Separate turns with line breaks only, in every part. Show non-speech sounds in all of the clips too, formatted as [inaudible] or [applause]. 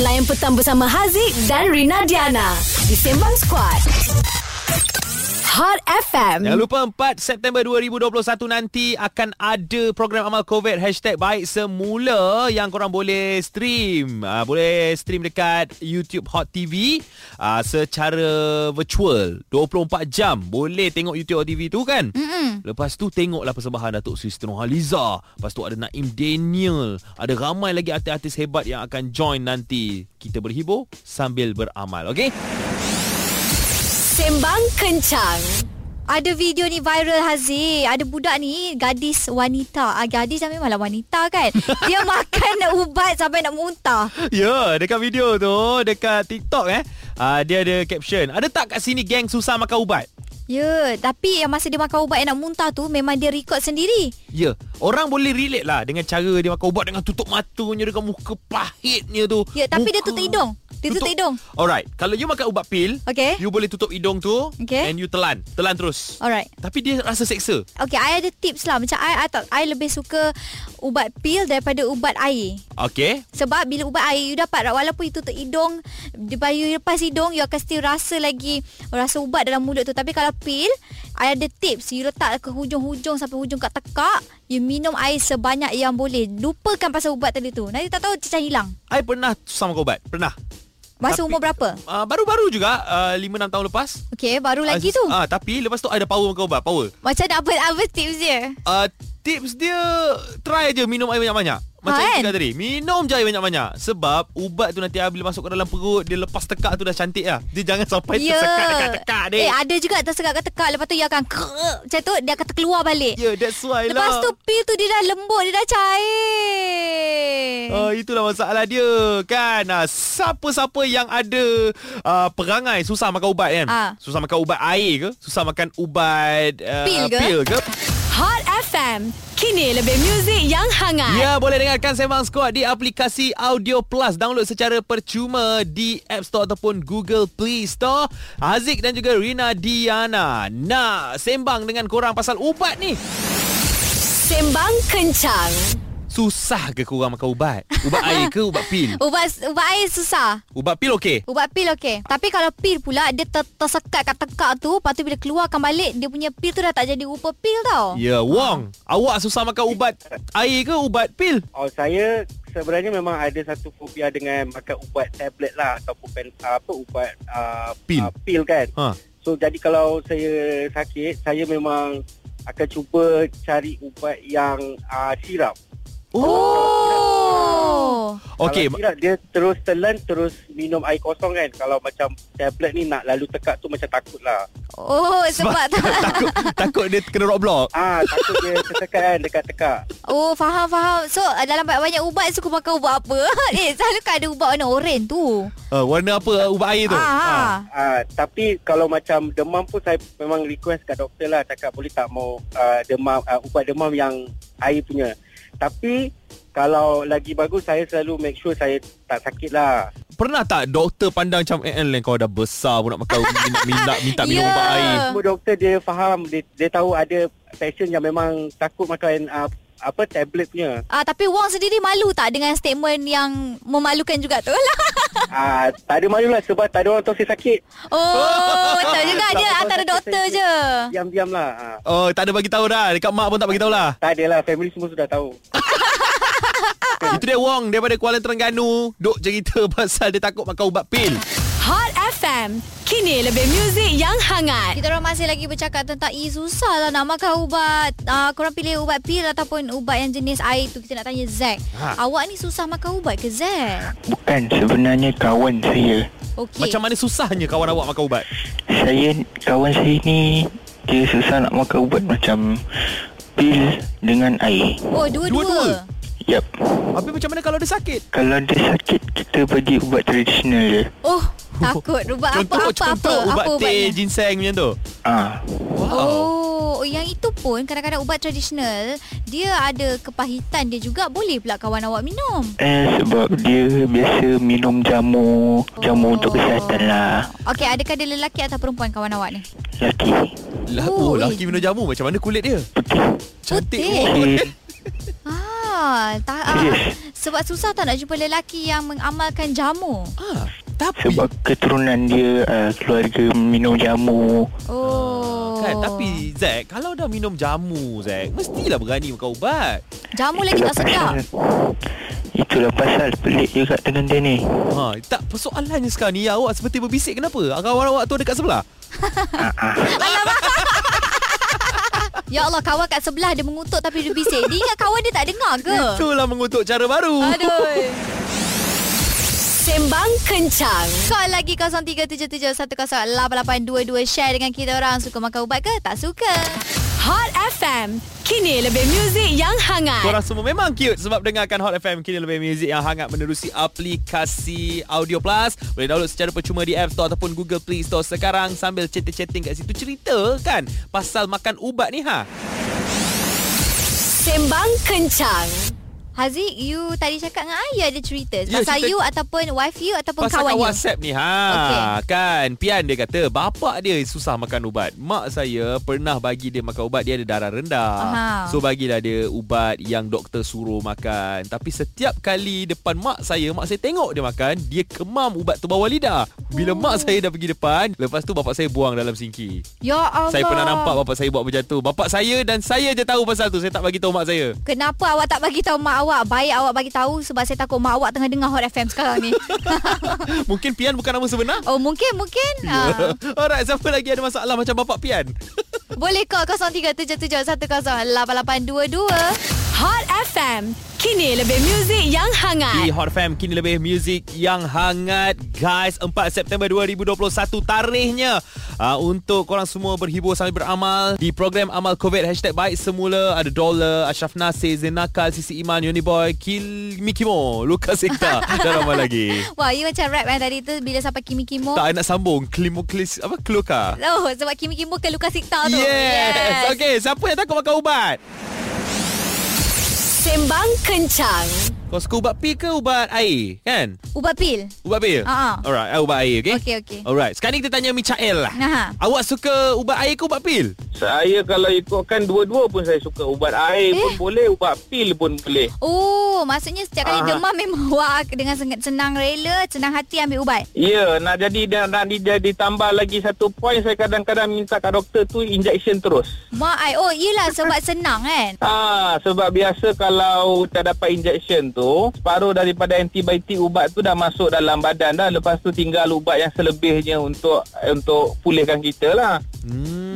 Layan petang bersama Haziq dan Rina Diana di Sembang Squad. Hot FM.
Jangan lupa 4 September 2021 nanti akan ada program amal COVID hashtag baik semula yang korang boleh stream. Uh, boleh stream dekat YouTube Hot TV uh, secara virtual 24 jam. Boleh tengok YouTube Hot TV tu kan? Mm-mm. Lepas tu tengoklah persembahan Datuk Sri Nurhaliza. Lepas tu ada Naim Daniel. Ada ramai lagi artis-artis hebat yang akan join nanti. Kita berhibur sambil beramal. Okay?
Sembang Kencang.
Ada video ni viral Haziq Ada budak ni Gadis wanita ah, Gadis dah memanglah wanita kan Dia makan ubat Sampai nak muntah
[laughs] Ya, yeah, dekat video tu dekat TikTok eh, uh, dia ada caption. Ada tak kat sini geng susah makan ubat?
Ya yeah, Tapi yang masa dia makan ubat Yang nak muntah tu Memang dia record sendiri
Ya, yeah. orang boleh relate lah dengan cara dia makan ubat dengan tutup matanya dengan muka pahitnya tu.
Ya yeah, tapi
muka.
dia tutup hidung Dia tutup, hidung
Alright, kalau you makan ubat pil,
Okay.
you boleh tutup hidung tu
Okay.
and you telan, telan terus.
Alright
Tapi dia rasa seksa.
Okay, I ada tips lah. Macam I, I, tak- I lebih suka ubat pil daripada ubat air.
Okay.
Sebab bila ubat air, you dapat walaupun you tutup hidung, lepas you lepas hidung, you akan still rasa lagi rasa ubat dalam mulut tu. Tapi kalau pil, I ada tips. You letak ke hujung-hujung sampai hujung kat tekak, you minum air sebanyak yang boleh. Lupakan pasal ubat tadi tu. Nanti tak tahu cecah hilang.
I pernah susah makan ubat. Pernah.
Masa
Tapi-
umur berapa?
Uh, baru-baru juga uh, 5 6 tahun lepas.
Okay, baru lagi
Ah,
tu.
Ah, tapi lepas tu I ada power makan ubat, power.
Macam nak apa, apa tips dia?
Uh, tips dia try je minum air banyak-banyak. Macam
Kan?
kan? tadi Minum je air banyak-banyak Sebab ubat tu nanti ah, Bila masuk ke dalam perut Dia lepas tekak tu dah cantik lah Dia jangan sampai yeah. tersekat tekak-tekak dek
Ya. Eh ada juga tersekat kat tekak Lepas tu dia akan krrr, Macam tu dia akan terkeluar balik
Ya yeah, that's why lah
Lepas tu pil tu dia dah lembut Dia dah cair
Uh, itulah masalah dia kan uh, Siapa-siapa yang ada uh, perangai Susah makan ubat kan
Ah.
Susah makan ubat air ke Susah makan ubat uh,
Pil ke?
pil ke?
Hot FM. Kini lebih muzik yang hangat.
Ya, boleh dengarkan Sembang Squad di aplikasi Audio Plus. Download secara percuma di App Store ataupun Google Play Store. Haziq dan juga Rina Diana. Nak sembang dengan korang pasal ubat ni.
Sembang Kencang.
Susah ke korang makan ubat? Ubat air ke ubat pil?
Ubat ubat air susah
Ubat pil okey?
Ubat pil okey Tapi kalau pil pula Dia ter, tersekat kat tekak tu Lepas tu bila keluarkan balik Dia punya pil tu dah tak jadi rupa pil tau
Ya, yeah, Wong. Awak susah makan ubat air ke ubat pil?
Oh saya sebenarnya memang ada satu fobia dengan makan ubat tablet lah ataupun pen, apa ubat uh,
Pil.
uh, pil kan.
Ha.
So jadi kalau saya sakit saya memang akan cuba cari ubat yang uh, sirap.
Oh
Okey.
Kalau sirap dia terus telan terus minum air kosong kan. Kalau macam tablet ni nak lalu tekak tu macam takut lah.
Oh sebab tu
[laughs] takut takut dia kena roadblock.
Ah takut dia [laughs] tersekat kan dekat tekak.
Oh faham faham So dalam banyak-banyak ubat Suka makan ubat apa [laughs] Eh selalu kan ada ubat warna oren tu
Uh, warna apa ubat air tu?
ah.
Ah, tapi kalau macam demam pun saya memang request kat doktor lah cakap boleh tak mau uh, demam uh, ubat demam yang air punya. Tapi kalau lagi bagus saya selalu make sure saya tak sakit lah.
Pernah tak doktor pandang macam Eh Ellen kau dah besar pun nak makan minta, minta, minta minum
[laughs] Ya.
ubat air
Ah, Semua doktor dia faham dia, dia tahu ada pasien yang memang takut makan uh, apa tablet
[laughs]
punya.
Ah, tapi Wong sendiri malu tak dengan statement yang memalukan juga tu [laughs] lah.
Ah tak ada malu lah sebab tak ada orang tahu saya sakit.
Oh, betul juga
Tak
dia
tahu
antara
saya
doktor
sakit.
je.
Diam-diam lah. Ah,
Oh tak ada bagi tahu dah Dekat mak pun tak bagi tahu
[laughs]
lah
tak ada lah family semua sudah tahu.
Ah,
Itu dia Wong daripada Kuala Terengganu Duk cerita [laughs] pasal dia takut makan ubat pil
Hot FM. Kini lebih muzik yang hangat.
Kita orang masih lagi bercakap tentang Eh susah lah nak makan ubat uh, Korang pilih ubat pil Ataupun ubat yang jenis air tu Kita nak tanya Zack
Ha.
ha. Awak ni susah makan ubat ke Zack?
Bukan sebenarnya kawan saya.
Okey
Macam mana susahnya kawan awak makan ubat
Saya kawan saya ni dia susah nak makan ubat macam pil dengan air.
Oh dua-dua
Dua-dua.
Yap.
Habis macam mana kalau dia sakit
Kalau dia sakit kita bagi ubat tradisional je.
Oh takut Ubat
Contoh
apa-apa apa,
contoh ubat
apa
teh
ubatnya
ginseng macam tu
Ah,
Wow
Oh, yang itu pun kadang-kadang ubat tradisional dia ada kepahitan dia juga boleh pula kawan awak minum.
eh sebab dia biasa minum jamu, jamu untuk kesihatan lah.
Okey, adakah dia lelaki atau perempuan kawan awak ni?
Laki.
Lah, oh,
Oh,
laki
eh.
minum jamu Macam mana kulit dia
Putih.
Cantik
Putih.
Wong.
Eh,
Ah, ta- ah
Eh.
Serius?
Sebab susah tak nak jumpa lelaki yang mengamalkan jamu.
Ah, tapi
Sebab keturunan dia uh, keluarga minum jamu.
Oh.
kan tapi Zack kalau dah minum jamu Zack mestilah berani makan ubat.
jamu lagi tak sedap.
Itulah pasal pelik juga dengan dia ni.
Ha, tak persoalannya sekarang ni awak seperti berbisik kenapa? Kawan awak tu dekat sebelah.
Ah,
Ya Allah, kawan kat sebelah dia mengutuk tapi dia bisik. Dia ingat kawan dia tak dengar ke?
Itulah mengutuk cara baru.
Aduh.
Sembang Kencang.
Call lagi 0377108822 share dengan kita orang suka makan ubat ke tak suka.
Hot FM. Kini lebih muzik yang hangat.
Korang semua memang cute sebab dengarkan Hot FM kini lebih muzik yang hangat menerusi aplikasi Audio Plus. Boleh download secara percuma di App Store ataupun Google Play Store sekarang sambil chatting-chatting kat situ cerita kan pasal makan ubat ni ha.
Sembang Kencang.
Haziq, you tadi cakap dengan I, you ada cerita.
Ya,
Pasal
cerita-
you ataupun wife you ataupun
Pasal
kawan
kat
you.
WhatsApp ni ha okay. kan Pian dia kata bapak dia susah makan ubat. Mak saya pernah bagi dia makan ubat dia ada darah rendah.
Aha.
So bagilah dia ubat yang doktor suruh makan. Tapi setiap kali depan mak saya, mak saya tengok dia makan, dia kemam ubat tu bawah lidah.
Oh.
Bila mak saya dah pergi depan, lepas tu bapak saya buang dalam sinki.
Ya Allah.
Saya pernah nampak bapak saya buat macam tu. Bapak saya dan saya je tahu pasal tu. Saya tak bagi tahu mak
[laughs]
saya.
Kenapa awak tak bagi tahu mak awak? Baik awak bagi tahu sebab saya takut mak awak tengah dengar Hot FM sekarang
[laughs]
ni.
Mungkin Pian bukan nama sebenar.
oh, mungkin mungkin.
Ya.
Ha.
[laughs] Alright, siapa lagi ada masalah macam bapak Pian? [laughs]
Boleh call 0377108822.
Hot FM. Kini lebih muzik yang
Di
hangat.
Hot Fam kini lebih muzik yang hangat guys 4 September 2021 tarikhnya uh, untuk korang semua berhibur sambil beramal di program amal covid hashtag baik semula ada Dollar Ashraf Nasir Zain Nakal Sisi Iman Yoni Boy Kil Mikimo Lukas Ekta dan ramai lagi
Wah, you macam rap eh tadi tu bila sampai Kimi Kimo.
tak nak sambung Klimo Klis apa Kluka
Oh, sebab Kimi Kimo ke Lukas Sikta tu.
Yes. yes. Okay, siapa yang takut makan ubat?
Sembang Kencang.
Kau suka ubat pi ke ubat air? Kan?
Ubat pil.
Ubat pi?
Ah.
Alright, I ubat air, okay?
Okey, okey.
Alright, sekarang ni kita tanya Michael lah.
Aha.
Awak suka ubat air ke ubat pil?
Saya kalau ikutkan dua-dua pun saya suka ubat air eh? pun
Eh?
boleh, ubat pil pun boleh.
Oh, maksudnya setiap kali
Ah.
demam memang [laughs] wah dengan sen- senang rela, senang hati ambil ubat.
Ya, nak jadi dan nak di- jadi tambah lagi satu poin saya kadang-kadang minta kat doktor tu injection terus.
Mak ai. Oh, yelah sebab senang kan.
Ah, sebab biasa kalau tak dapat injection tu, separuh daripada antibiotik ubat tu dah masuk dalam badan dah. Lepas tu tinggal ubat yang selebihnya untuk untuk pulihkan kita lah.
Hmm.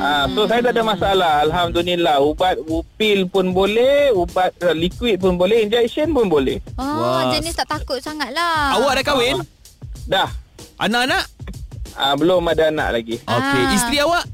Ah, so saya tak ada masalah. Alhamdulillah. Ubat u- pil pun boleh, ubat uh, liquid pun boleh, injection pun boleh.
Oh,
Wah.
jenis tak takut sangatlah.
Awak dah kahwin?
Dah.
Anak-anak?
Ah, belum ada anak lagi.
Ah. Okey,
Ah.
isteri awak?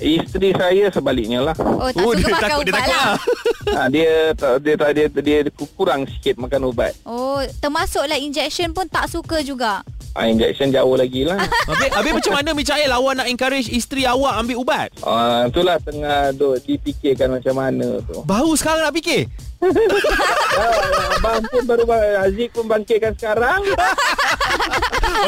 Isteri saya sebaliknya lah.
Oh, tak suka makan ubat lah. [laughs]
ha, dia, tak- dia, tak- dia, dia, dia kurang sikit makan ubat.
Oh, termasuklah injection pun tak suka juga.
Ah, injection jauh lagi lah.
Habis, habis macam mana Michael awak nak encourage isteri awak ambil ubat?
Ah, itulah tengah duk dipikirkan macam mana tu.
Baru sekarang nak
[laughs]
fikir?
Ah, abang pun baru Aziz pun bangkitkan sekarang.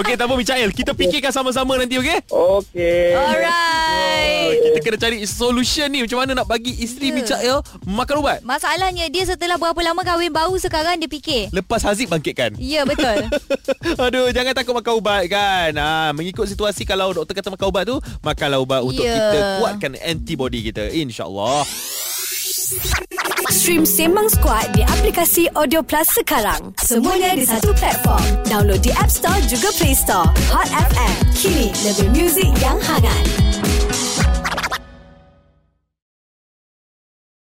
Okey, tak apa Michael. Kita fikirkan sama-sama nanti, okey?
Okey.
Alright.
Kita kena cari solution ni. Macam mana nak bagi isteri
Ya.
Michael makan ubat?
Masalahnya dia setelah berapa lama kahwin baru sekarang dia fikir.
Lepas Haziq bangkitkan.
[laughs] Ya, betul.
Aduh, jangan takut makan ubat kan. Ha, mengikut situasi kalau doktor kata makan ubat tu, makanlah ubat untuk
Ya.
kita kuatkan antibody kita. InsyaAllah.
Stream Sembang Squad di aplikasi Audio Plus sekarang. Semuanya di satu platform. Download di App Store juga Play Store. Hot FM. Kini lebih muzik yang hangat.